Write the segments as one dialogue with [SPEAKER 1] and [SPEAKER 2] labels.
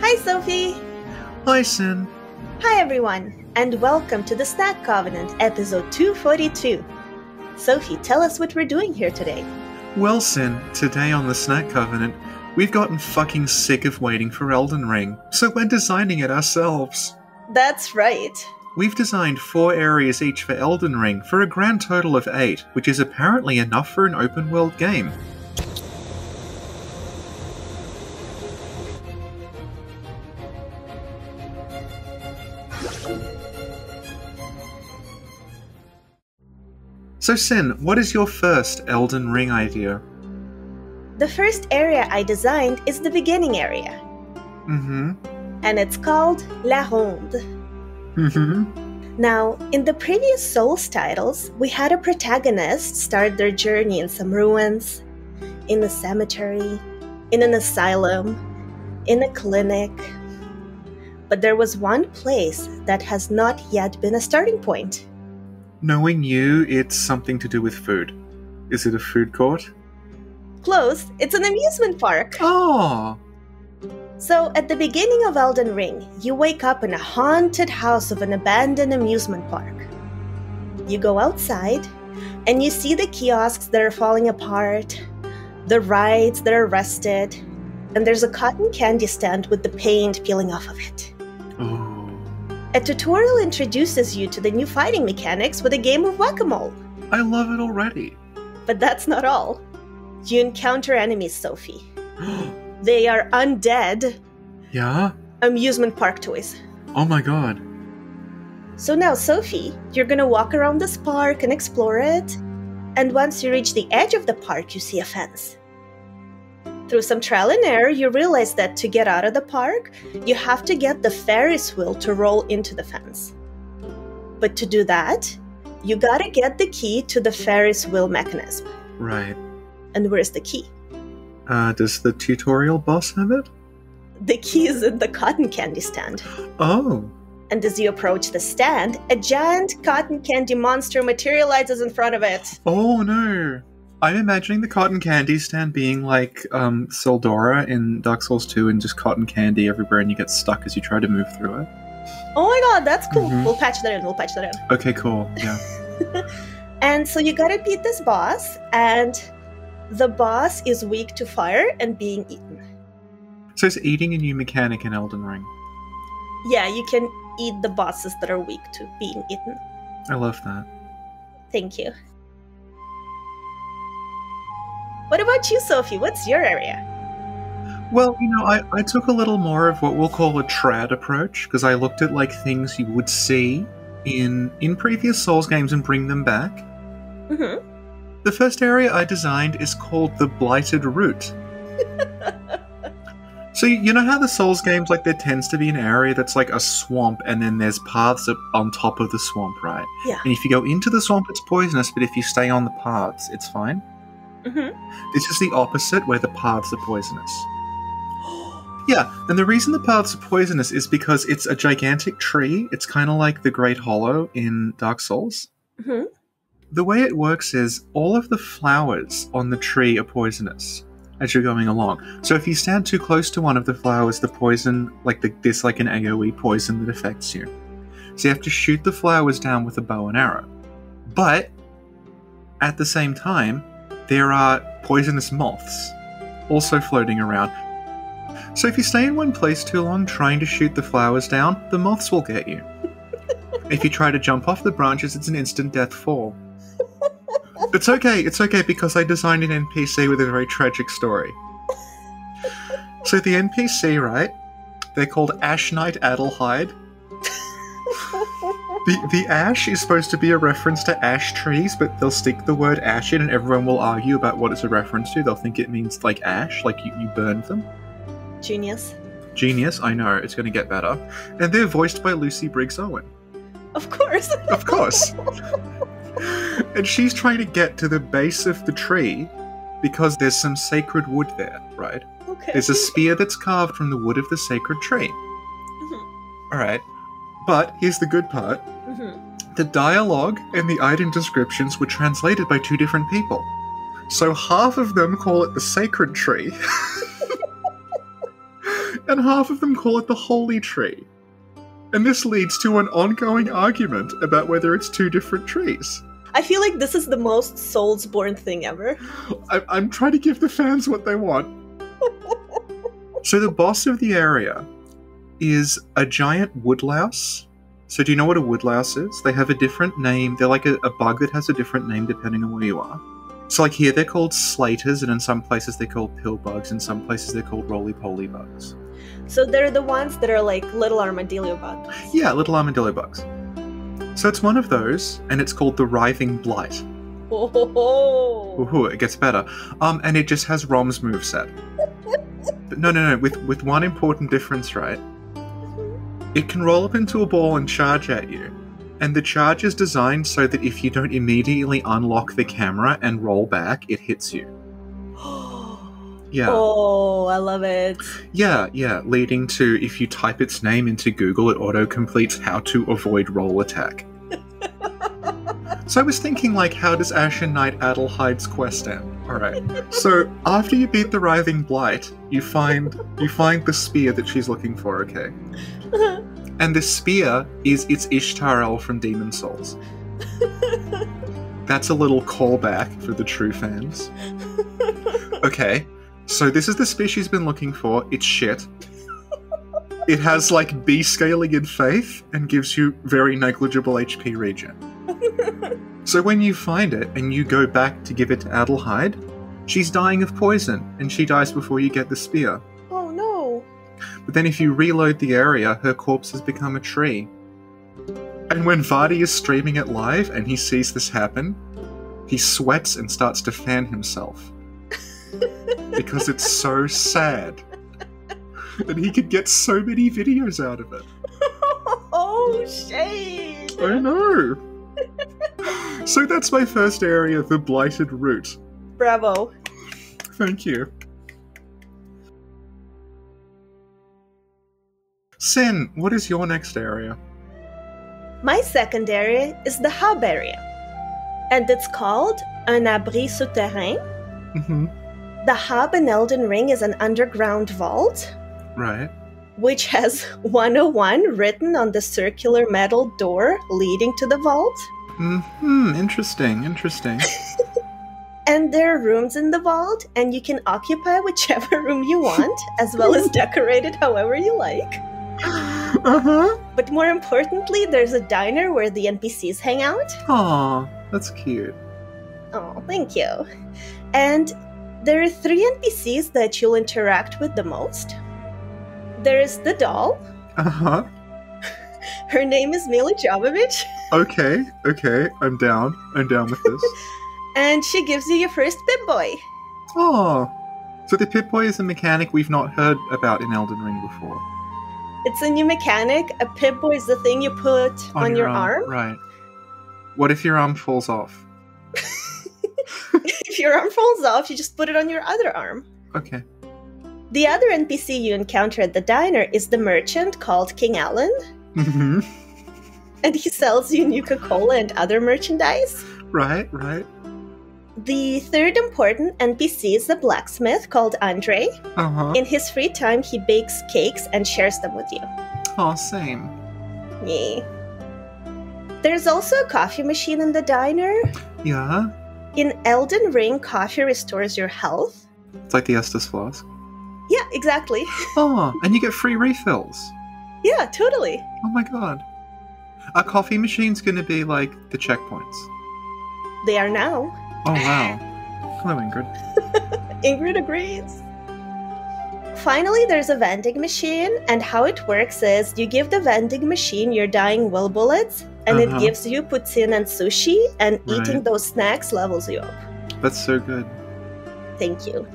[SPEAKER 1] Hi, Sophie.
[SPEAKER 2] Hi, Sin.
[SPEAKER 1] Hi, everyone, and welcome to the Snack Covenant, episode 242. Sophie, tell us what we're doing here today.
[SPEAKER 2] Well, Sin, today on the Snack Covenant, we've gotten fucking sick of waiting for Elden Ring, so we're designing it ourselves.
[SPEAKER 1] That's right.
[SPEAKER 2] We've designed four areas each for Elden Ring for a grand total of eight, which is apparently enough for an open world game. So, Sin, what is your first Elden Ring idea?
[SPEAKER 1] The first area I designed is the beginning area,
[SPEAKER 2] Mm
[SPEAKER 1] and it's called La Ronde.
[SPEAKER 2] hmm. Mm hmm.
[SPEAKER 1] Now, in the previous Souls titles, we had a protagonist start their journey in some ruins, in a cemetery, in an asylum, in a clinic. But there was one place that has not yet been a starting point.
[SPEAKER 2] Knowing you, it's something to do with food. Is it a food court?
[SPEAKER 1] Close, it's an amusement park.
[SPEAKER 2] Oh!
[SPEAKER 1] So, at the beginning of Elden Ring, you wake up in a haunted house of an abandoned amusement park. You go outside, and you see the kiosks that are falling apart, the rides that are rusted, and there's a cotton candy stand with the paint peeling off of it.
[SPEAKER 2] Oh.
[SPEAKER 1] A tutorial introduces you to the new fighting mechanics with a game of whack a mole.
[SPEAKER 2] I love it already.
[SPEAKER 1] But that's not all. You encounter enemies, Sophie. They are undead
[SPEAKER 2] yeah?
[SPEAKER 1] amusement park toys.
[SPEAKER 2] Oh my god.
[SPEAKER 1] So now, Sophie, you're gonna walk around this park and explore it. And once you reach the edge of the park, you see a fence. Through some trial and error, you realize that to get out of the park, you have to get the Ferris wheel to roll into the fence. But to do that, you gotta get the key to the Ferris wheel mechanism.
[SPEAKER 2] Right.
[SPEAKER 1] And where's the key?
[SPEAKER 2] Uh, does the tutorial boss have it?
[SPEAKER 1] The key is in the cotton candy stand.
[SPEAKER 2] Oh.
[SPEAKER 1] And as you approach the stand, a giant cotton candy monster materializes in front of it.
[SPEAKER 2] Oh no. I'm imagining the cotton candy stand being like um, Soldora in Dark Souls 2 and just cotton candy everywhere and you get stuck as you try to move through it.
[SPEAKER 1] Oh my god, that's cool.
[SPEAKER 2] Mhm.
[SPEAKER 1] We'll patch that in. We'll patch that in.
[SPEAKER 2] Okay, cool. Yeah.
[SPEAKER 1] And so you gotta beat this boss, and the boss is weak to fire and being eaten.
[SPEAKER 2] So is eating a new mechanic in Elden Ring?
[SPEAKER 1] Yeah, you can eat the bosses that are weak to being eaten.
[SPEAKER 2] I love that.
[SPEAKER 1] Thank you. What about you, Sophie? What's your area?
[SPEAKER 2] Well, you know, I, I took a little more of what we'll call a trad approach because I looked at like things you would see in in previous Souls games and bring them back.
[SPEAKER 1] Mm-hmm.
[SPEAKER 2] The first area I designed is called the Blighted Root. so you know how the Souls games like there tends to be an area that's like a swamp and then there's paths up on top of the swamp, right?
[SPEAKER 1] Yeah.
[SPEAKER 2] And if you go into the swamp it's poisonous, but if you stay on the paths, it's fine.
[SPEAKER 1] Mm-hmm.
[SPEAKER 2] This is the opposite where the paths are poisonous. Yeah, and the reason the paths are poisonous is because it's a gigantic tree. It's kind of like the Great Hollow in Dark Souls.
[SPEAKER 1] Mhm.
[SPEAKER 2] The way it works is all of the flowers on the tree are poisonous as you're going along. So if you stand too close to one of the flowers, the poison, like the, this, like an AoE poison that affects you. So you have to shoot the flowers down with a bow and arrow. But at the same time, there are poisonous moths also floating around. So if you stay in one place too long trying to shoot the flowers down, the moths will get you. if you try to jump off the branches, it's an instant death fall. it's okay, it's okay because I designed an NPC with a very tragic story. So the NPC, right? They're called Ash Knight Adelheid. The, the ash is supposed to be a reference to ash trees, but they'll stick the word ash in, and everyone will argue about what it's a reference to. They'll think it means like ash, like you, you burned them.
[SPEAKER 1] Genius.
[SPEAKER 2] Genius, I know, it's going to get better. And they're voiced by Lucy Briggs Owen.
[SPEAKER 1] Of course.
[SPEAKER 2] Of course! and she's trying to get to the base of the tree because there's some sacred wood there, right?
[SPEAKER 1] okay.
[SPEAKER 2] There's a spear that's carved from the wood of the sacred tree.
[SPEAKER 1] Mhm,
[SPEAKER 2] Alright. But here's the good part.
[SPEAKER 1] mhm.
[SPEAKER 2] The dialogue and the item descriptions were translated by two different people. So half of them call it the sacred tree. and and half of them call it the holy tree. And this leads to an ongoing argument about whether it's two different trees.
[SPEAKER 1] I feel like this is the most Soulsborne thing ever.
[SPEAKER 2] I- I'm trying to give the fans what they want. so the boss of the area is a giant woodlouse. So do you know what a woodlouse is? They have a different name. They're like a, a bug that has a different name depending on where you are. So like here they're called slaters, and in some places they're called pill bugs, in some places they're called roly-poly bugs.
[SPEAKER 1] So they're the ones that are like little armadillo bugs.
[SPEAKER 2] Yeah, little armadillo bugs. So it's one of those, and it's called the writhing blight.
[SPEAKER 1] Oh, ho, ho.
[SPEAKER 2] Ooh, it gets better. Um, and it just has Rom's moveset. but no, no, no. With with one important difference, right? It can roll up into a ball and charge at you. And the charge is designed so that if you don't immediately unlock the camera and roll back, it hits you. Yeah.
[SPEAKER 1] Oh, I love it.
[SPEAKER 2] Yeah, yeah. Leading to if you type its name into Google, it auto completes how to avoid roll attack. so I was thinking, like, how does Ashen Knight Adelhide's quest end? All right. So after you beat the writhing blight, you find you find the spear that she's looking for. Okay. And this spear is it's Ishtarel from Demon Souls. That's a little callback for the true fans. Okay, so this is the spear she's been looking for. It's shit. It has like B scaling in faith and gives you very negligible HP regen. so when you find it and you go back to give it to Adelheid, she's dying of poison and she dies before you get the spear.
[SPEAKER 1] oh no.
[SPEAKER 2] But then if you reload the area, her corpse has become a tree. And when Vardy is streaming it live and he sees this happen, he sweats and starts to fan himself. because it's so sad. And he could get so many videos out of it.
[SPEAKER 1] oh shade.
[SPEAKER 2] I know! so that's my first area, the Blighted Root.
[SPEAKER 1] Bravo.
[SPEAKER 2] Thank you. Sin, what is your next area?
[SPEAKER 1] My second area is the hub area, and it's called un abri souterrain.
[SPEAKER 2] Mm-hmm.
[SPEAKER 1] The hub in Elden Ring is an underground vault
[SPEAKER 2] Right.
[SPEAKER 1] which has 101 written on the circular metal door leading to the vault.
[SPEAKER 2] Hmm. Interesting. Interesting.
[SPEAKER 1] And there are rooms in the vault, and you can occupy whichever room you want, as well as decorate it however you like.
[SPEAKER 2] uh huh.
[SPEAKER 1] But more importantly, there's a diner where the NPCs hang out.
[SPEAKER 2] Aw, that's cute.
[SPEAKER 1] Oh, thank you. And there are three NPCs that you'll interact with the most. There's the doll.
[SPEAKER 2] Uh huh.
[SPEAKER 1] Her name is Mila Jovovich,
[SPEAKER 2] Okay. Okay. I'm down. I'm down with this.
[SPEAKER 1] and she gives you your first Pip Boy.
[SPEAKER 2] Aw. So the Pip Boy is a mechanic we've not heard about in Elden Ring before.
[SPEAKER 1] It's a new mechanic. A pip boy is the thing you put on, your, arm.
[SPEAKER 2] Right. What if your arm falls off?
[SPEAKER 1] if your arm falls off, you just put it on your other arm.
[SPEAKER 2] Okay.
[SPEAKER 1] The other NPC you encounter at the diner is the merchant called King Allen,
[SPEAKER 2] Mm-hmm.
[SPEAKER 1] and he sells you Nuka Cola and other merchandise.
[SPEAKER 2] Right. Right.
[SPEAKER 1] The third important NPC is the blacksmith called Andre.
[SPEAKER 2] Uh huh.
[SPEAKER 1] In his free time, he bakes cakes and shares them with you.
[SPEAKER 2] Aw, same.
[SPEAKER 1] Yay. There's also a coffee machine in the diner.
[SPEAKER 2] Yeah.
[SPEAKER 1] In Elden Ring, coffee restores your health.
[SPEAKER 2] It's like the Estus flask.
[SPEAKER 1] Yeah, exactly.
[SPEAKER 2] Aw, and you get free refills.
[SPEAKER 1] Yeah, totally.
[SPEAKER 2] Oh my god. Our coffee machine's gonna be like the checkpoints.
[SPEAKER 1] They are now.
[SPEAKER 2] Oh wow. Hello, Ingrid.
[SPEAKER 1] Ingrid agrees. Finally, there's a vending machine, and how it works is you give the vending machine your dying will bullets, and
[SPEAKER 2] Uh-huh.
[SPEAKER 1] it gives you poutine and sushi, and eating
[SPEAKER 2] Right.
[SPEAKER 1] those snacks levels you up.
[SPEAKER 2] That's so good.
[SPEAKER 1] Thank you.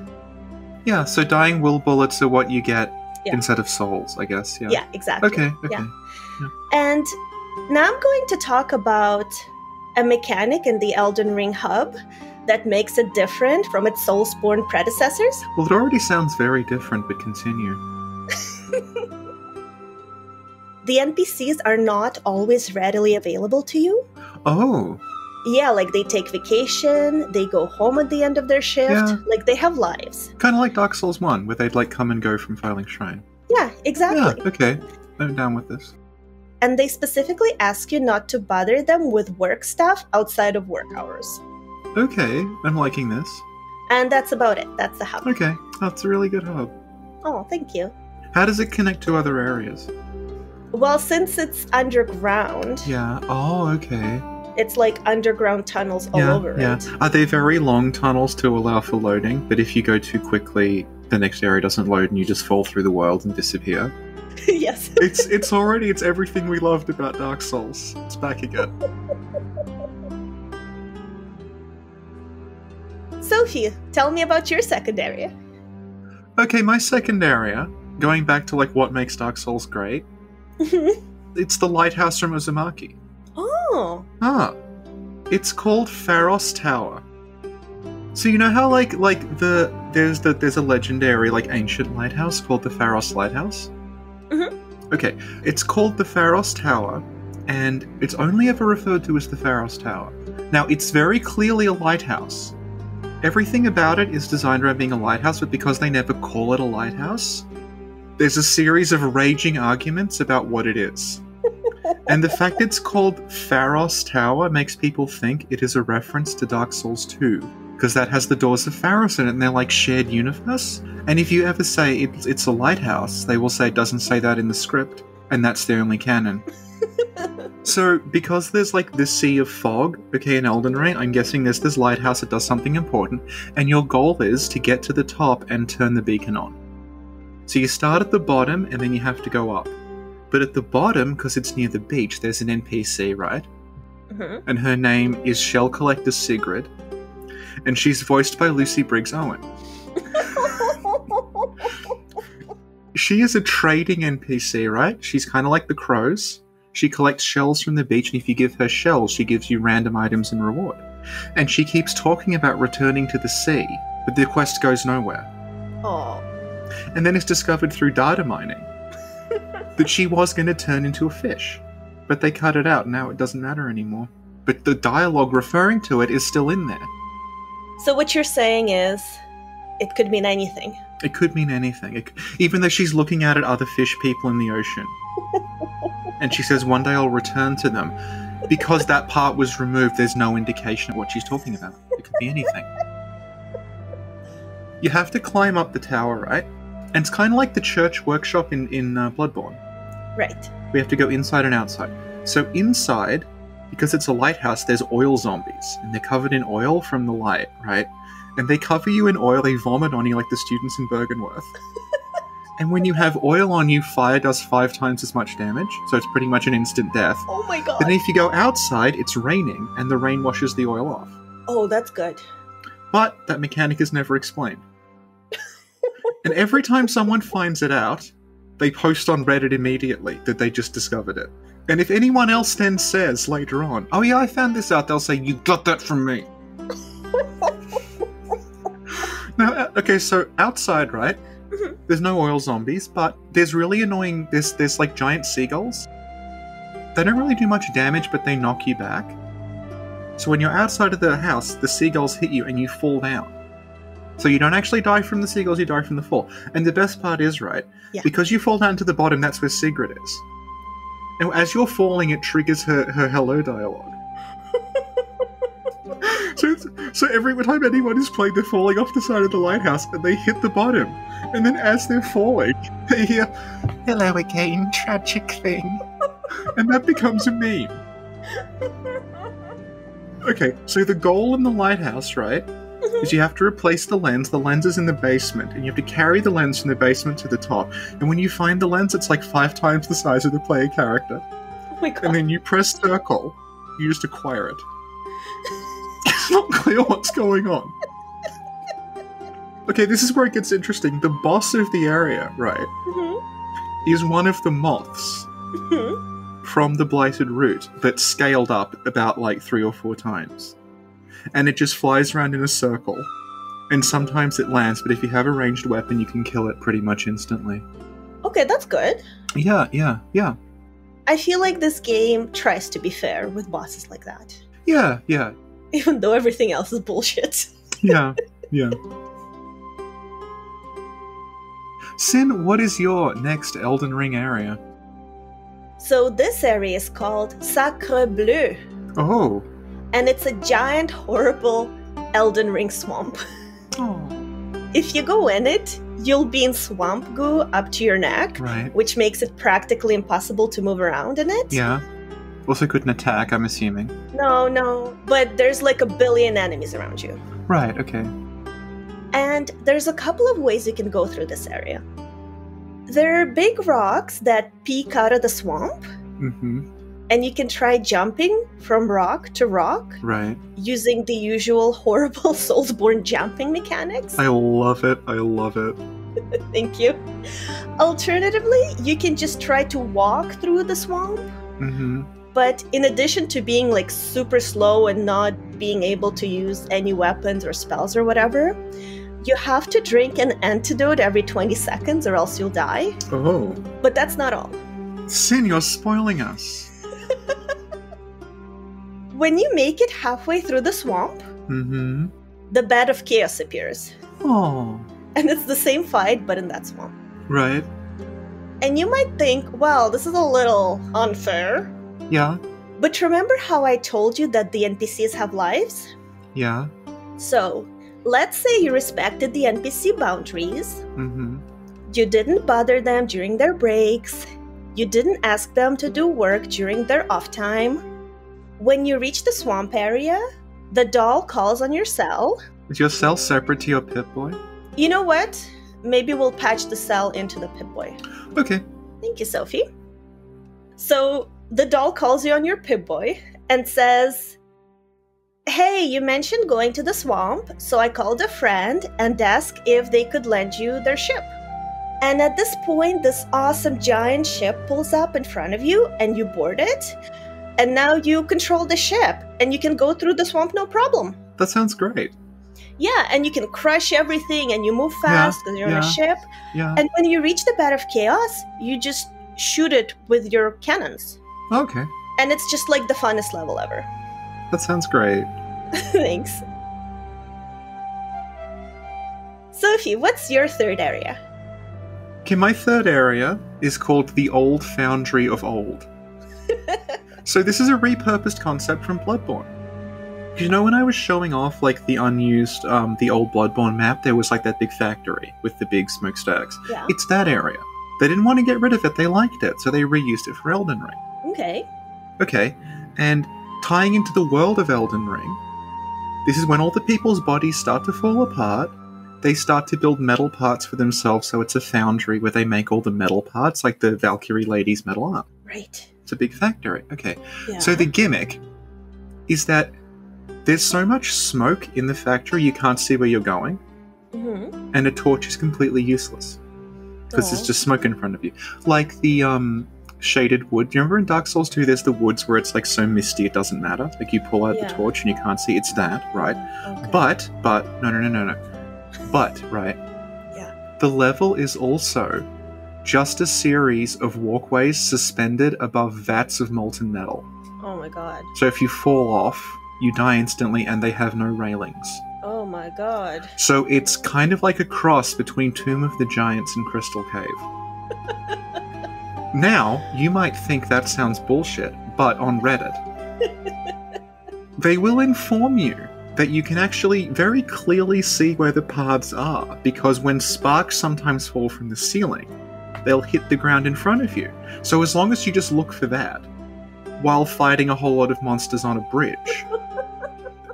[SPEAKER 2] Yeah, so dying will bullets are what you get
[SPEAKER 1] Yeah.
[SPEAKER 2] instead of souls, I guess. Yeah.
[SPEAKER 1] Yeah, exactly.
[SPEAKER 2] Okay, okay.
[SPEAKER 1] Yeah. And now I'm going to talk about a mechanic in the Elden Ring hub that makes it different from its Soulsborne predecessors.
[SPEAKER 2] Well, it already sounds very different, but continue.
[SPEAKER 1] The NPCs are not always readily available to you.
[SPEAKER 2] Oh,
[SPEAKER 1] yeah, like they take vacation, they go home at the end of their shift,
[SPEAKER 2] Yeah.
[SPEAKER 1] like they have lives.
[SPEAKER 2] kind of like Dark Souls 1, where they'd like come and go from Filing Shrine.
[SPEAKER 1] Yeah,
[SPEAKER 2] Yeah,
[SPEAKER 1] exactly.
[SPEAKER 2] okay. I'm down with this.
[SPEAKER 1] And they specifically ask you not to bother them with work stuff outside of work hours.
[SPEAKER 2] Okay, I'm liking this.
[SPEAKER 1] And that's about it. That's the hub.
[SPEAKER 2] Okay, that's a really good hub.
[SPEAKER 1] Oh, thank you.
[SPEAKER 2] How does it connect to other areas?
[SPEAKER 1] Well, since it's underground,
[SPEAKER 2] Yeah. Oh, okay.
[SPEAKER 1] it's like underground tunnels all
[SPEAKER 2] yeah,
[SPEAKER 1] over
[SPEAKER 2] yeah.
[SPEAKER 1] it.
[SPEAKER 2] Are they very long tunnels to allow for loading? But if you go too quickly, the next area doesn't load and you just fall through the world and disappear.
[SPEAKER 1] yes.
[SPEAKER 2] it's it's already it's everything we loved about Dark Souls. It's back again.
[SPEAKER 1] Sophie, tell me about your second area.
[SPEAKER 2] Okay, my second area, going back to like what makes Dark Souls great, it's the lighthouse from Uzumaki.
[SPEAKER 1] oh,
[SPEAKER 2] Ah, it's called Pharos Tower. So you know how like like the there's the there's a legendary like ancient lighthouse called the Pharos Lighthouse.
[SPEAKER 1] Mhm.
[SPEAKER 2] Okay, it's called the Pharos Tower, and it's only ever referred to as the Pharos Tower. Now it's very clearly a lighthouse. Everything about it is designed around being a lighthouse, but because they never call it a lighthouse, there's a series of raging arguments about what it is. And the fact it's called Pharos Tower makes people think it is a reference to Dark Souls 2, because that has the doors of Pharos in it, and they're like shared universe. And if you ever say it, it's a lighthouse, they will say it doesn't say that in the script, and that's their only canon. so, because there's like this sea of fog, okay, in Elden Ring, I'm guessing there's this lighthouse that does something important, and your goal is to get to the top and turn the beacon on. So you start at the bottom, and then you have to go up. But at the bottom, because it's near the beach, there's an NPC, right?
[SPEAKER 1] Mhm.
[SPEAKER 2] And her name is Shell Collector Sigrid. And she's voiced by Lucy Briggs Owen. She is a trading NPC, right? She's kind of like the crows. She collects shells from the beach, and if you give her shells, she gives you random items in reward. And she keeps talking about returning to the sea, but the quest goes nowhere.
[SPEAKER 1] oh,
[SPEAKER 2] and then it's discovered through data mining that she was going to turn into a fish. But they cut it out, now it doesn't matter anymore. But the dialogue referring to it is still in there.
[SPEAKER 1] so what you're saying is, it could mean anything.
[SPEAKER 2] It could mean anything, it, c- even though she's looking out at other fish people in the ocean. and she says, One day I'll return to them. Because that part was removed, there's no indication of what she's talking about. It could be anything. You have to climb up the tower, right? And it's kind of like the church workshop in, in uh, Bloodborne.
[SPEAKER 1] Right.
[SPEAKER 2] We have to go inside and outside. So inside, because it's a lighthouse, there's oil zombies, and they're covered in oil from the light, right? And they cover you in oil, they vomit on you like the students in Bergenworth. and when you have oil on you, fire does five times as much damage, so it's pretty much an instant death.
[SPEAKER 1] Oh my god.
[SPEAKER 2] But then if you go outside, it's raining, and the rain washes the oil off.
[SPEAKER 1] oh, that's good.
[SPEAKER 2] But that mechanic is never explained. and every time someone finds it out, they post on Reddit immediately that they just discovered it. And if anyone else then says later on, oh yeah, I found this out, they'll say, you got that from me. now, uh, okay, so outside, right?
[SPEAKER 1] Mhm.
[SPEAKER 2] There's no oil zombies, but there's really annoying, there's, there's like giant seagulls. They don't really do much damage, but they knock you back. So when you're outside of the house, the seagulls hit you and you fall down. So you don't actually die from the seagulls, you die from the fall. And the best part is, right?
[SPEAKER 1] Yeah.
[SPEAKER 2] Because you fall down to the bottom, that's where Sigrid is. And as you're falling, it triggers her, her hello dialogue. so, it's, so every time anyone is playing, they're falling off the side of the lighthouse and they hit the bottom. And then as they're falling, they hear, Hello again, tragic thing. and that becomes a meme.
[SPEAKER 1] Oh
[SPEAKER 2] Okay, so the goal in the lighthouse, right, is you have to replace the lens. The lens is in the basement, and you have to carry the lens from the basement to the top. And when you find the lens, it's like five times the size of the player character.
[SPEAKER 1] Oh my god.
[SPEAKER 2] And then you press circle, you just acquire it. it's not clear what's going on. Okay, this is where it gets interesting. The boss of the area, right,
[SPEAKER 1] Mhm.
[SPEAKER 2] is one of the moths
[SPEAKER 1] Mhm.
[SPEAKER 2] from the blighted root that scaled up about like three or four times. And it just flies around in a circle. And sometimes it lands, but if you have a ranged weapon, you can kill it pretty much instantly.
[SPEAKER 1] okay, that's good.
[SPEAKER 2] Yeah, yeah, yeah.
[SPEAKER 1] I feel like this game tries to be fair with bosses like that,
[SPEAKER 2] Yeah, yeah,
[SPEAKER 1] even though everything else is bullshit.
[SPEAKER 2] yeah, yeah. Sin, what is your next Elden Ring area?
[SPEAKER 1] So this area is called Sacre Bleu,
[SPEAKER 2] Oh.
[SPEAKER 1] and it's a giant, horrible Elden Ring swamp.
[SPEAKER 2] Oh.
[SPEAKER 1] If you go in it, you'll be in swamp goo up to your neck,
[SPEAKER 2] Right.
[SPEAKER 1] which makes it practically impossible to move around in it.
[SPEAKER 2] Yeah. Also couldn't attack, I'm assuming.
[SPEAKER 1] No, no. But there's like a billion enemies around you.
[SPEAKER 2] Right, okay.
[SPEAKER 1] And there's a couple of ways you can go through this area. There are big rocks that peek out of the swamp,
[SPEAKER 2] Mm-hmm.
[SPEAKER 1] and you can try jumping from rock to rock
[SPEAKER 2] Right.
[SPEAKER 1] using the usual horrible Soulsborne jumping mechanics.
[SPEAKER 2] I love it. I love it.
[SPEAKER 1] Thank you. Alternatively, you can just try to walk through the swamp,
[SPEAKER 2] Mm-hmm.
[SPEAKER 1] but in addition to being like super slow and not being able to use any weapons or spells or whatever, you have to drink an antidote every 20 seconds or else you'll die.
[SPEAKER 2] Oh.
[SPEAKER 1] But that's not all.
[SPEAKER 2] Sin, you're spoiling us.
[SPEAKER 1] When you make it halfway through the swamp,
[SPEAKER 2] Mm-hmm.
[SPEAKER 1] the bed of chaos appears.
[SPEAKER 2] Oh.
[SPEAKER 1] And it's the same fight, but in that swamp.
[SPEAKER 2] Right.
[SPEAKER 1] And you might think, well, this is a little unfair.
[SPEAKER 2] Yeah.
[SPEAKER 1] But remember how I told you that the NPCs have lives?
[SPEAKER 2] Yeah.
[SPEAKER 1] So, let's say you respected the NPC boundaries,
[SPEAKER 2] Mm-hmm.
[SPEAKER 1] you didn't bother them during their breaks, you didn't ask them to do work during their off time. When you reach the swamp area, the doll calls on your cell.
[SPEAKER 2] Is your cell separate to your Pip Boy?
[SPEAKER 1] You know what? Maybe we'll patch the cell into the Pip Boy.
[SPEAKER 2] Okay.
[SPEAKER 1] Thank you, Sophie. So, the doll calls you on your Pip Boy and says, Hey, you mentioned going to the swamp, so I called a friend and asked if they could lend you their ship. And at this point, this awesome giant ship pulls up in front of you and you board it. And now you control the ship and you can go through the swamp no problem.
[SPEAKER 2] That sounds great.
[SPEAKER 1] Yeah, and you can crush everything and you move fast because you're on
[SPEAKER 2] yeah.
[SPEAKER 1] a ship.
[SPEAKER 2] Yeah.
[SPEAKER 1] And when you reach the bed of chaos, you just shoot it with your cannons.
[SPEAKER 2] Okay.
[SPEAKER 1] And it's just like the funnest level ever.
[SPEAKER 2] That sounds great.
[SPEAKER 1] Thanks. Sophie, what's your third area?
[SPEAKER 2] Okay, my third area is called the Old Foundry of Old. so this is a repurposed concept from Bloodborne. 'Cause You know, when I was showing off like the unused, um, the old Bloodborne map, there was like that big factory with the big smokestacks.
[SPEAKER 1] Yeah.
[SPEAKER 2] It's that area. They didn't want to get rid of it. They liked it, so they reused it for Elden Ring.
[SPEAKER 1] Okay.
[SPEAKER 2] Okay, and tying into the world of Elden Ring, this is when all the people's bodies start to fall apart. They start to build metal parts for themselves, so it's a foundry where they make all the metal parts, like the Valkyrie Lady's metal arm.
[SPEAKER 1] Right.
[SPEAKER 2] It's a big factory. Okay,
[SPEAKER 1] Yeah.
[SPEAKER 2] so the gimmick is that there's so much smoke in the factory you can't see where you're going,
[SPEAKER 1] Mhm.
[SPEAKER 2] and a torch is completely useless because
[SPEAKER 1] Oh.
[SPEAKER 2] it's just smoke in front of you. Like the um, shaded wood. Do you remember in Dark Souls 2 there's the woods where it's like so misty it doesn't matter? Like you pull out
[SPEAKER 1] Yeah.
[SPEAKER 2] the torch and you can't see. It's that, right?
[SPEAKER 1] Okay.
[SPEAKER 2] But, but, no, no, no, no, no. But, right?
[SPEAKER 1] Yeah.
[SPEAKER 2] The level is also just a series of walkways suspended above vats of molten metal.
[SPEAKER 1] Oh my god.
[SPEAKER 2] So if you fall off, you die instantly and they have no railings.
[SPEAKER 1] Oh my god.
[SPEAKER 2] So it's kind of like a cross between Tomb of the Giants and Crystal Cave. now, you might think that sounds bullshit, but on Reddit, they will inform you that you can actually very clearly see where the paths are because when sparks sometimes fall from the ceiling, they'll hit the ground in front of you. So as long as you just look for that while fighting a whole lot of monsters on a bridge,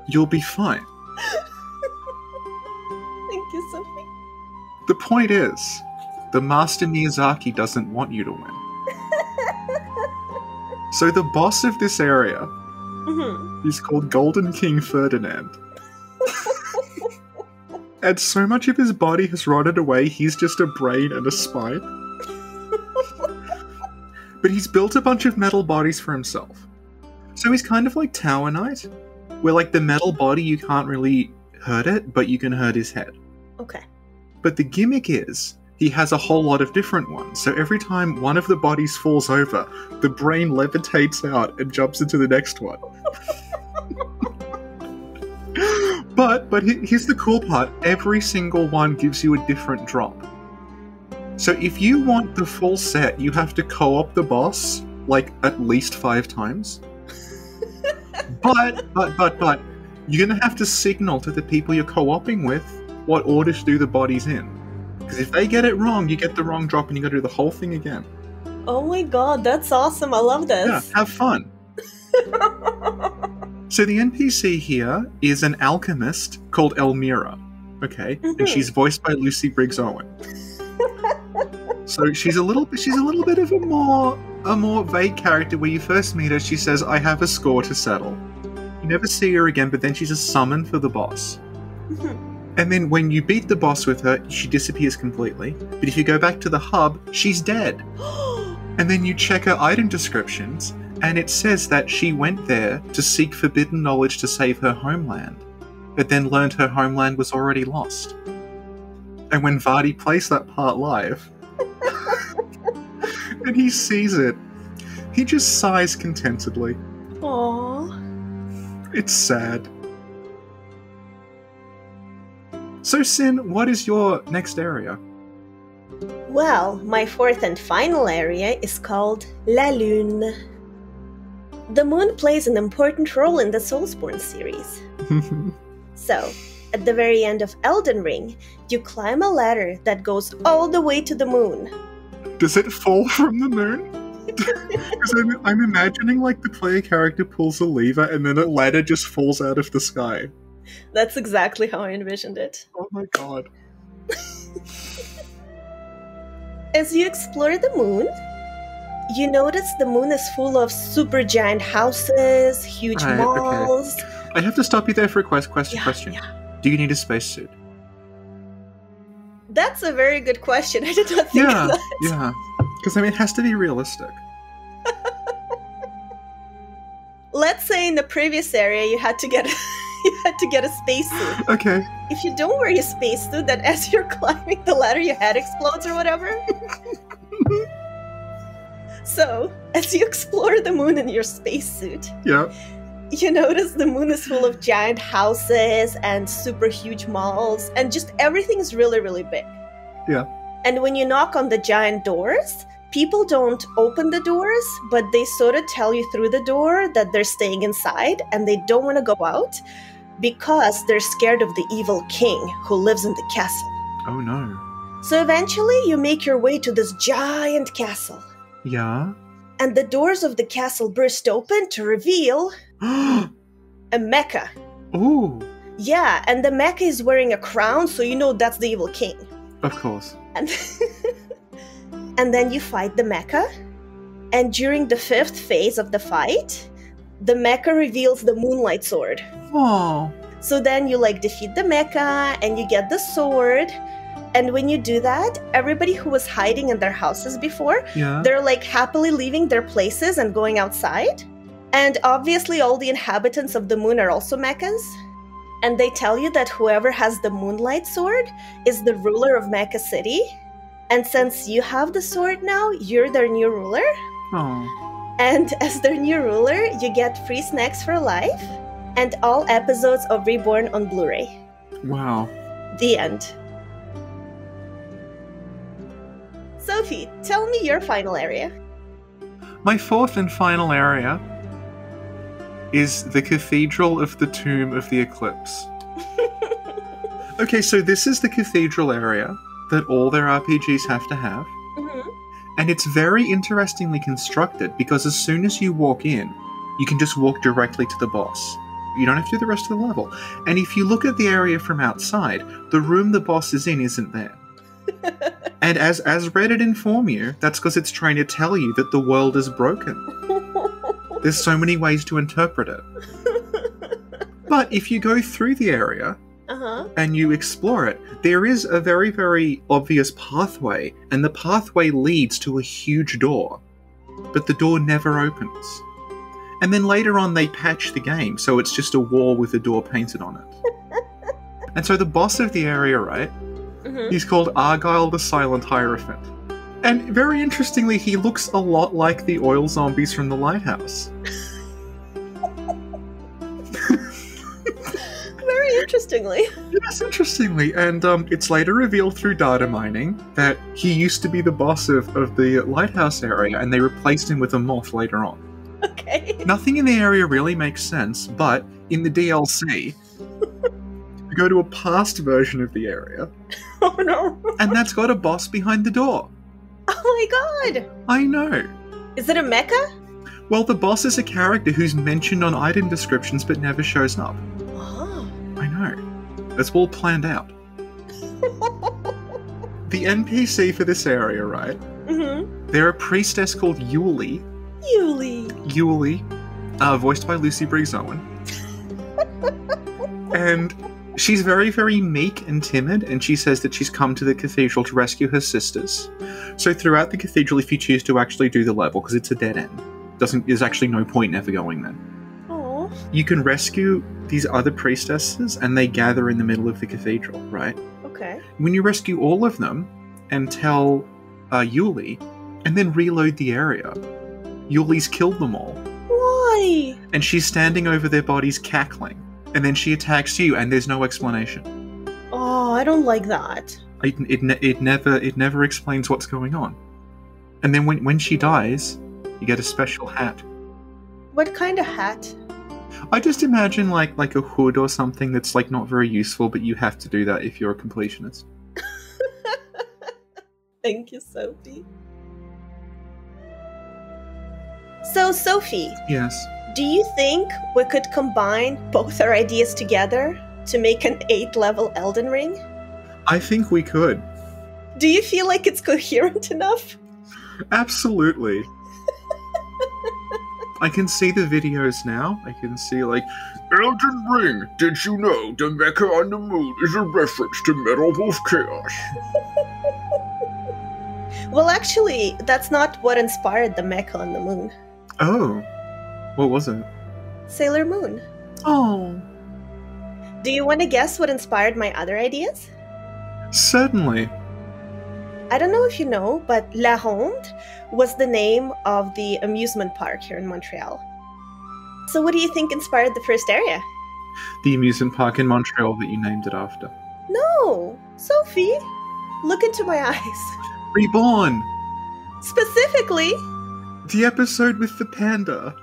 [SPEAKER 2] you'll be fine.
[SPEAKER 1] Thank you, Sophie.
[SPEAKER 2] The point is, the master Miyazaki doesn't want you to win. So the boss of this area
[SPEAKER 1] Mhm.
[SPEAKER 2] is called Golden King Ferdinand. and so much of his body has rotted away, he's just a brain and a spine. but he's built a bunch of metal bodies for himself. So he's kind of like Tower Knight, where like the metal body you can't really hurt it, but you can hurt his head.
[SPEAKER 1] Okay.
[SPEAKER 2] But the gimmick is he has a whole lot of different ones. So every time one of the bodies falls over, the brain levitates out and jumps into the next one. but but he- here's the cool part: every single one gives you a different drop. So if you want the full set, you have to co-op the boss like at least five times. but but but but you're gonna have to signal to the people you're co-oping with what order to do the bodies in. Because if they get it wrong, you get the wrong drop and you gotta do the whole thing again.
[SPEAKER 1] Oh my god, that's awesome. I love
[SPEAKER 2] Yeah,
[SPEAKER 1] this.
[SPEAKER 2] have fun. So the NPC here is an alchemist called Elmira. Okay,
[SPEAKER 1] Mhm.
[SPEAKER 2] and she's voiced by Lucy Briggs Owen. so she's a little bit she's a little bit of a more a more vague character. When you first meet her, she says, "I have a score to settle." You never see her again, but then she's a summon for the boss.
[SPEAKER 1] Mhm.
[SPEAKER 2] And then when you beat the boss with her, she disappears completely. But if you go back to the hub, she's dead. And then you check her item descriptions, and it says that she went there to seek forbidden knowledge to save her homeland, but then learned her homeland was already lost. And when Vardy plays that part live, and he sees it, he just sighs contentedly.
[SPEAKER 1] Aw.
[SPEAKER 2] It's sad. So, Sin, what is your next area?
[SPEAKER 1] Well, my fourth and final area is called La Lune. The moon plays an important role in the Soulsborne series. So, at the very end of Elden Ring, you climb a ladder that goes all the way to the moon.
[SPEAKER 2] Does it fall from the moon? Because I'm, I'm imagining like the player character pulls a lever and then a ladder just falls out of the sky.
[SPEAKER 1] That's exactly how I envisioned it.
[SPEAKER 2] Oh my god.
[SPEAKER 1] As you explore the moon, you notice the moon is full of super giant houses, huge
[SPEAKER 2] Right, okay.
[SPEAKER 1] malls.
[SPEAKER 2] I have to stop you there for a quest, quest
[SPEAKER 1] Yeah,
[SPEAKER 2] question. Do you need a spacesuit?
[SPEAKER 1] That's a very good question. I did not think
[SPEAKER 2] Yeah,
[SPEAKER 1] of that.
[SPEAKER 2] yeah. Because I mean, it has to be realistic.
[SPEAKER 1] Let's say in the previous area you had to get you had to get a spacesuit.
[SPEAKER 2] Okay.
[SPEAKER 1] If you don't wear your spacesuit, then as you're climbing the ladder, your head explodes or whatever. so, as you explore the moon in your spacesuit,
[SPEAKER 2] Yeah.
[SPEAKER 1] you notice the moon is full of giant houses and super huge malls, and just everything is really, really big.
[SPEAKER 2] Yeah.
[SPEAKER 1] And when you knock on the giant doors, people don't open the doors, but they sort of tell you through the door that they're staying inside and they don't want to go out because they're scared of the evil king who lives in the castle.
[SPEAKER 2] Oh no.
[SPEAKER 1] So eventually, you make your way to this giant castle,
[SPEAKER 2] Yeah.
[SPEAKER 1] and the doors of the castle burst open to reveal a mecha.
[SPEAKER 2] Ooh.
[SPEAKER 1] Yeah, and the mecha is wearing a crown, so you know that's the evil king.
[SPEAKER 2] Of course.
[SPEAKER 1] And, and then you fight the mecha. And during the fifth phase of the fight, the mecha reveals the moonlight sword.
[SPEAKER 2] Oh.
[SPEAKER 1] So then you like defeat the mecha and you get the sword. And when you do that, everybody who was hiding in their houses before
[SPEAKER 2] Yeah.
[SPEAKER 1] they're like happily leaving their places and going outside. And obviously, all the inhabitants of the moon are also mechas. And they tell you that whoever has the moonlight sword is the ruler of Mecha City. And since you have the sword now, you're their new ruler.
[SPEAKER 2] Oh.
[SPEAKER 1] And as their new ruler, you get free snacks for life and all episodes of Reborn on Blu ray.
[SPEAKER 2] Wow.
[SPEAKER 1] The end. Sophie, tell me your final area.
[SPEAKER 2] My fourth and final area is the Cathedral of the Tomb of the Eclipse. okay, so this is the cathedral area that all their RPGs have to have,
[SPEAKER 1] Mhm.
[SPEAKER 2] and it's very interestingly constructed because as soon as you walk in, you can just walk directly to the boss. You don't have to do the rest of the level. And if you look at the area from outside, the room the boss is in isn't there. and as as Reddit inform you, that's because it's trying to tell you that the world is broken. There's so many ways to interpret it. But if you go through the area
[SPEAKER 1] Uh-huh.
[SPEAKER 2] and you explore it, there is a very, very obvious pathway, and the pathway leads to a huge door. But the door never opens. And then later on, they patch the game, so it's just a wall with a door painted on it. and so the boss of the area, right?
[SPEAKER 1] Mhm.
[SPEAKER 2] He's called Argyle the Silent Hierophant. And very interestingly, he looks a lot like the oil zombies from the lighthouse.
[SPEAKER 1] Very interestingly.
[SPEAKER 2] Yes, interestingly, and um, it's later revealed through data mining that he used to be the boss of, of the lighthouse area, and they replaced him with a moth later on.
[SPEAKER 1] Okay.
[SPEAKER 2] Nothing in the area really makes sense, but in the DLC, you go to a past version of the area,
[SPEAKER 1] Oh no.
[SPEAKER 2] and that's got a boss behind the door.
[SPEAKER 1] Oh my god.
[SPEAKER 2] I know.
[SPEAKER 1] Is it a mecha?
[SPEAKER 2] Well, the boss is a character who's mentioned on item descriptions but never shows up.
[SPEAKER 1] Oh.
[SPEAKER 2] I know. It's all planned out. The NPC for this area, right?
[SPEAKER 1] mm-hmm.
[SPEAKER 2] They're a priestess called Yuli,
[SPEAKER 1] Yuli.
[SPEAKER 2] Yuli, uh, voiced by Lucy Briggs Owen. and she's very, very meek and timid, and she says that she's come to the cathedral to rescue her sisters. So throughout the cathedral, if you choose to actually do the level, because it's a dead end, doesn't there's actually no point in ever going there.
[SPEAKER 1] Oh.
[SPEAKER 2] You can rescue these other priestesses, and they gather in the middle of the cathedral, right?
[SPEAKER 1] Okay.
[SPEAKER 2] When you rescue all of them and tell uh, Yuli, and then reload the area, Yuli's killed them all
[SPEAKER 1] Why?
[SPEAKER 2] and she's standing over their bodies cackling. And then she attacks you, and there's no explanation.
[SPEAKER 1] Oh, I don't like that.
[SPEAKER 2] It, it, ne- it never it never explains what's going on. And then when, when she dies, you get a special hat.
[SPEAKER 1] What kind of hat?
[SPEAKER 2] I just imagine like like a hood or something that's like not very useful, but you have to do that if you're a completionist.
[SPEAKER 1] Thank you, Sophie. So, Sophie,
[SPEAKER 2] Yes.
[SPEAKER 1] do you think we could combine both our ideas together to make an 8 level Elden Ring?
[SPEAKER 2] I think we could.
[SPEAKER 1] Do you feel like it's coherent enough?
[SPEAKER 2] Absolutely. I can see the videos now. I can see like
[SPEAKER 3] Elden Ring, did you know the Mecha on the Moon is a reference to Metal Wolf Chaos?
[SPEAKER 1] Well, actually, that's not what inspired the mecha on the moon.
[SPEAKER 2] oh what was it?
[SPEAKER 1] Sailor Moon.
[SPEAKER 2] Oh
[SPEAKER 1] Do you want to guess what inspired my other ideas?
[SPEAKER 2] Certainly.
[SPEAKER 1] I don't know if you know, but La Ronde was the name of the amusement park here in Montreal. So, what do you think inspired the first area?
[SPEAKER 2] The amusement park in Montreal that you named it after.
[SPEAKER 1] No, Sophie, look into my eyes.
[SPEAKER 2] Reborn!
[SPEAKER 1] Specifically,
[SPEAKER 2] The episode with the panda.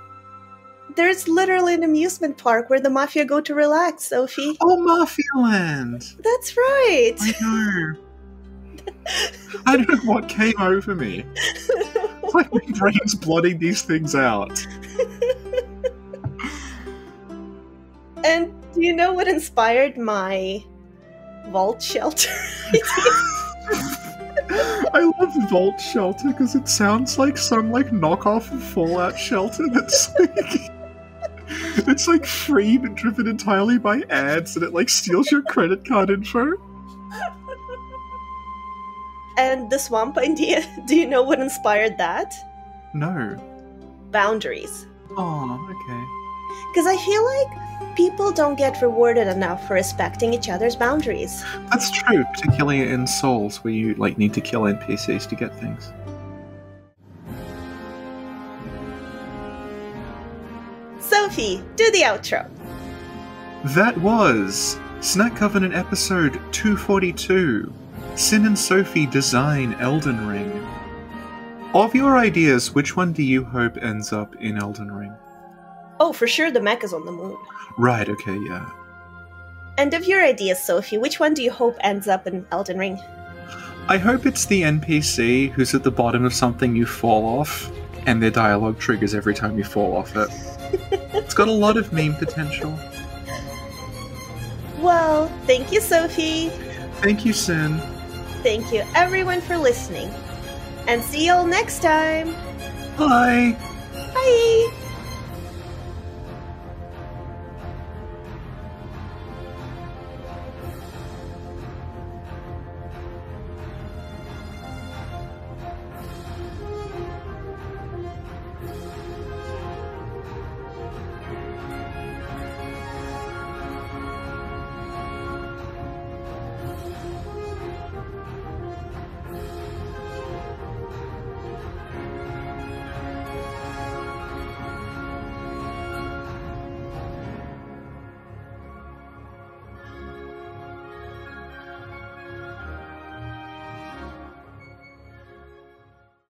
[SPEAKER 1] there's literally an amusement park where the mafia go to relax, Sophie.
[SPEAKER 2] Oh, Mafia Land!
[SPEAKER 1] That's right.
[SPEAKER 2] I know. I don't know what came over me. It's like my brain's blotting these things out.
[SPEAKER 1] and do you know what inspired my vault shelter?
[SPEAKER 2] I love Vault Shelter because it sounds like some like knockoff of Fallout Shelter that's like it's like free but driven entirely by ads and it like steals your credit card info.
[SPEAKER 1] and the swamp idea, do you know what inspired that?
[SPEAKER 2] No.
[SPEAKER 1] Boundaries.
[SPEAKER 2] Oh, okay.
[SPEAKER 1] Because I feel like people don't get rewarded enough for respecting each other's boundaries.
[SPEAKER 2] That's true, particularly in Souls, where you like need to kill NPCs to get things.
[SPEAKER 1] Sophie, do the outro.
[SPEAKER 2] That was Snack Covenant episode 242. Sin and Sophie design Elden Ring. Of your ideas, which one do you hope ends up in Elden Ring?
[SPEAKER 1] Oh, for sure, the mech is on the moon.
[SPEAKER 2] Right, okay, yeah.
[SPEAKER 1] And of your ideas, Sophie, which one do you hope ends up in Elden Ring?
[SPEAKER 2] I hope it's the NPC who's at the bottom of something you fall off, and their dialogue triggers every time you fall off it. it's got a lot of meme potential.
[SPEAKER 1] Well, thank you, Sophie.
[SPEAKER 2] Thank you, Sin.
[SPEAKER 1] Thank you, everyone, for listening. And see you all next time.
[SPEAKER 2] Bye!
[SPEAKER 1] Bye.